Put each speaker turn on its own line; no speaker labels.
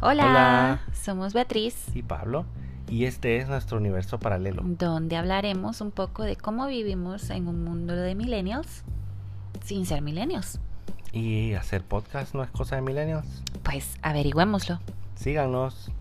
Hola,
Hola.
somos Beatriz,
y Pablo, y este es nuestro universo paralelo.
donde hablaremos un poco de cómo vivimos en un mundo de millennials sin ser millennials.
Y hacer podcast no es cosa de millennials.
Pues averigüémoslo.
Síganos.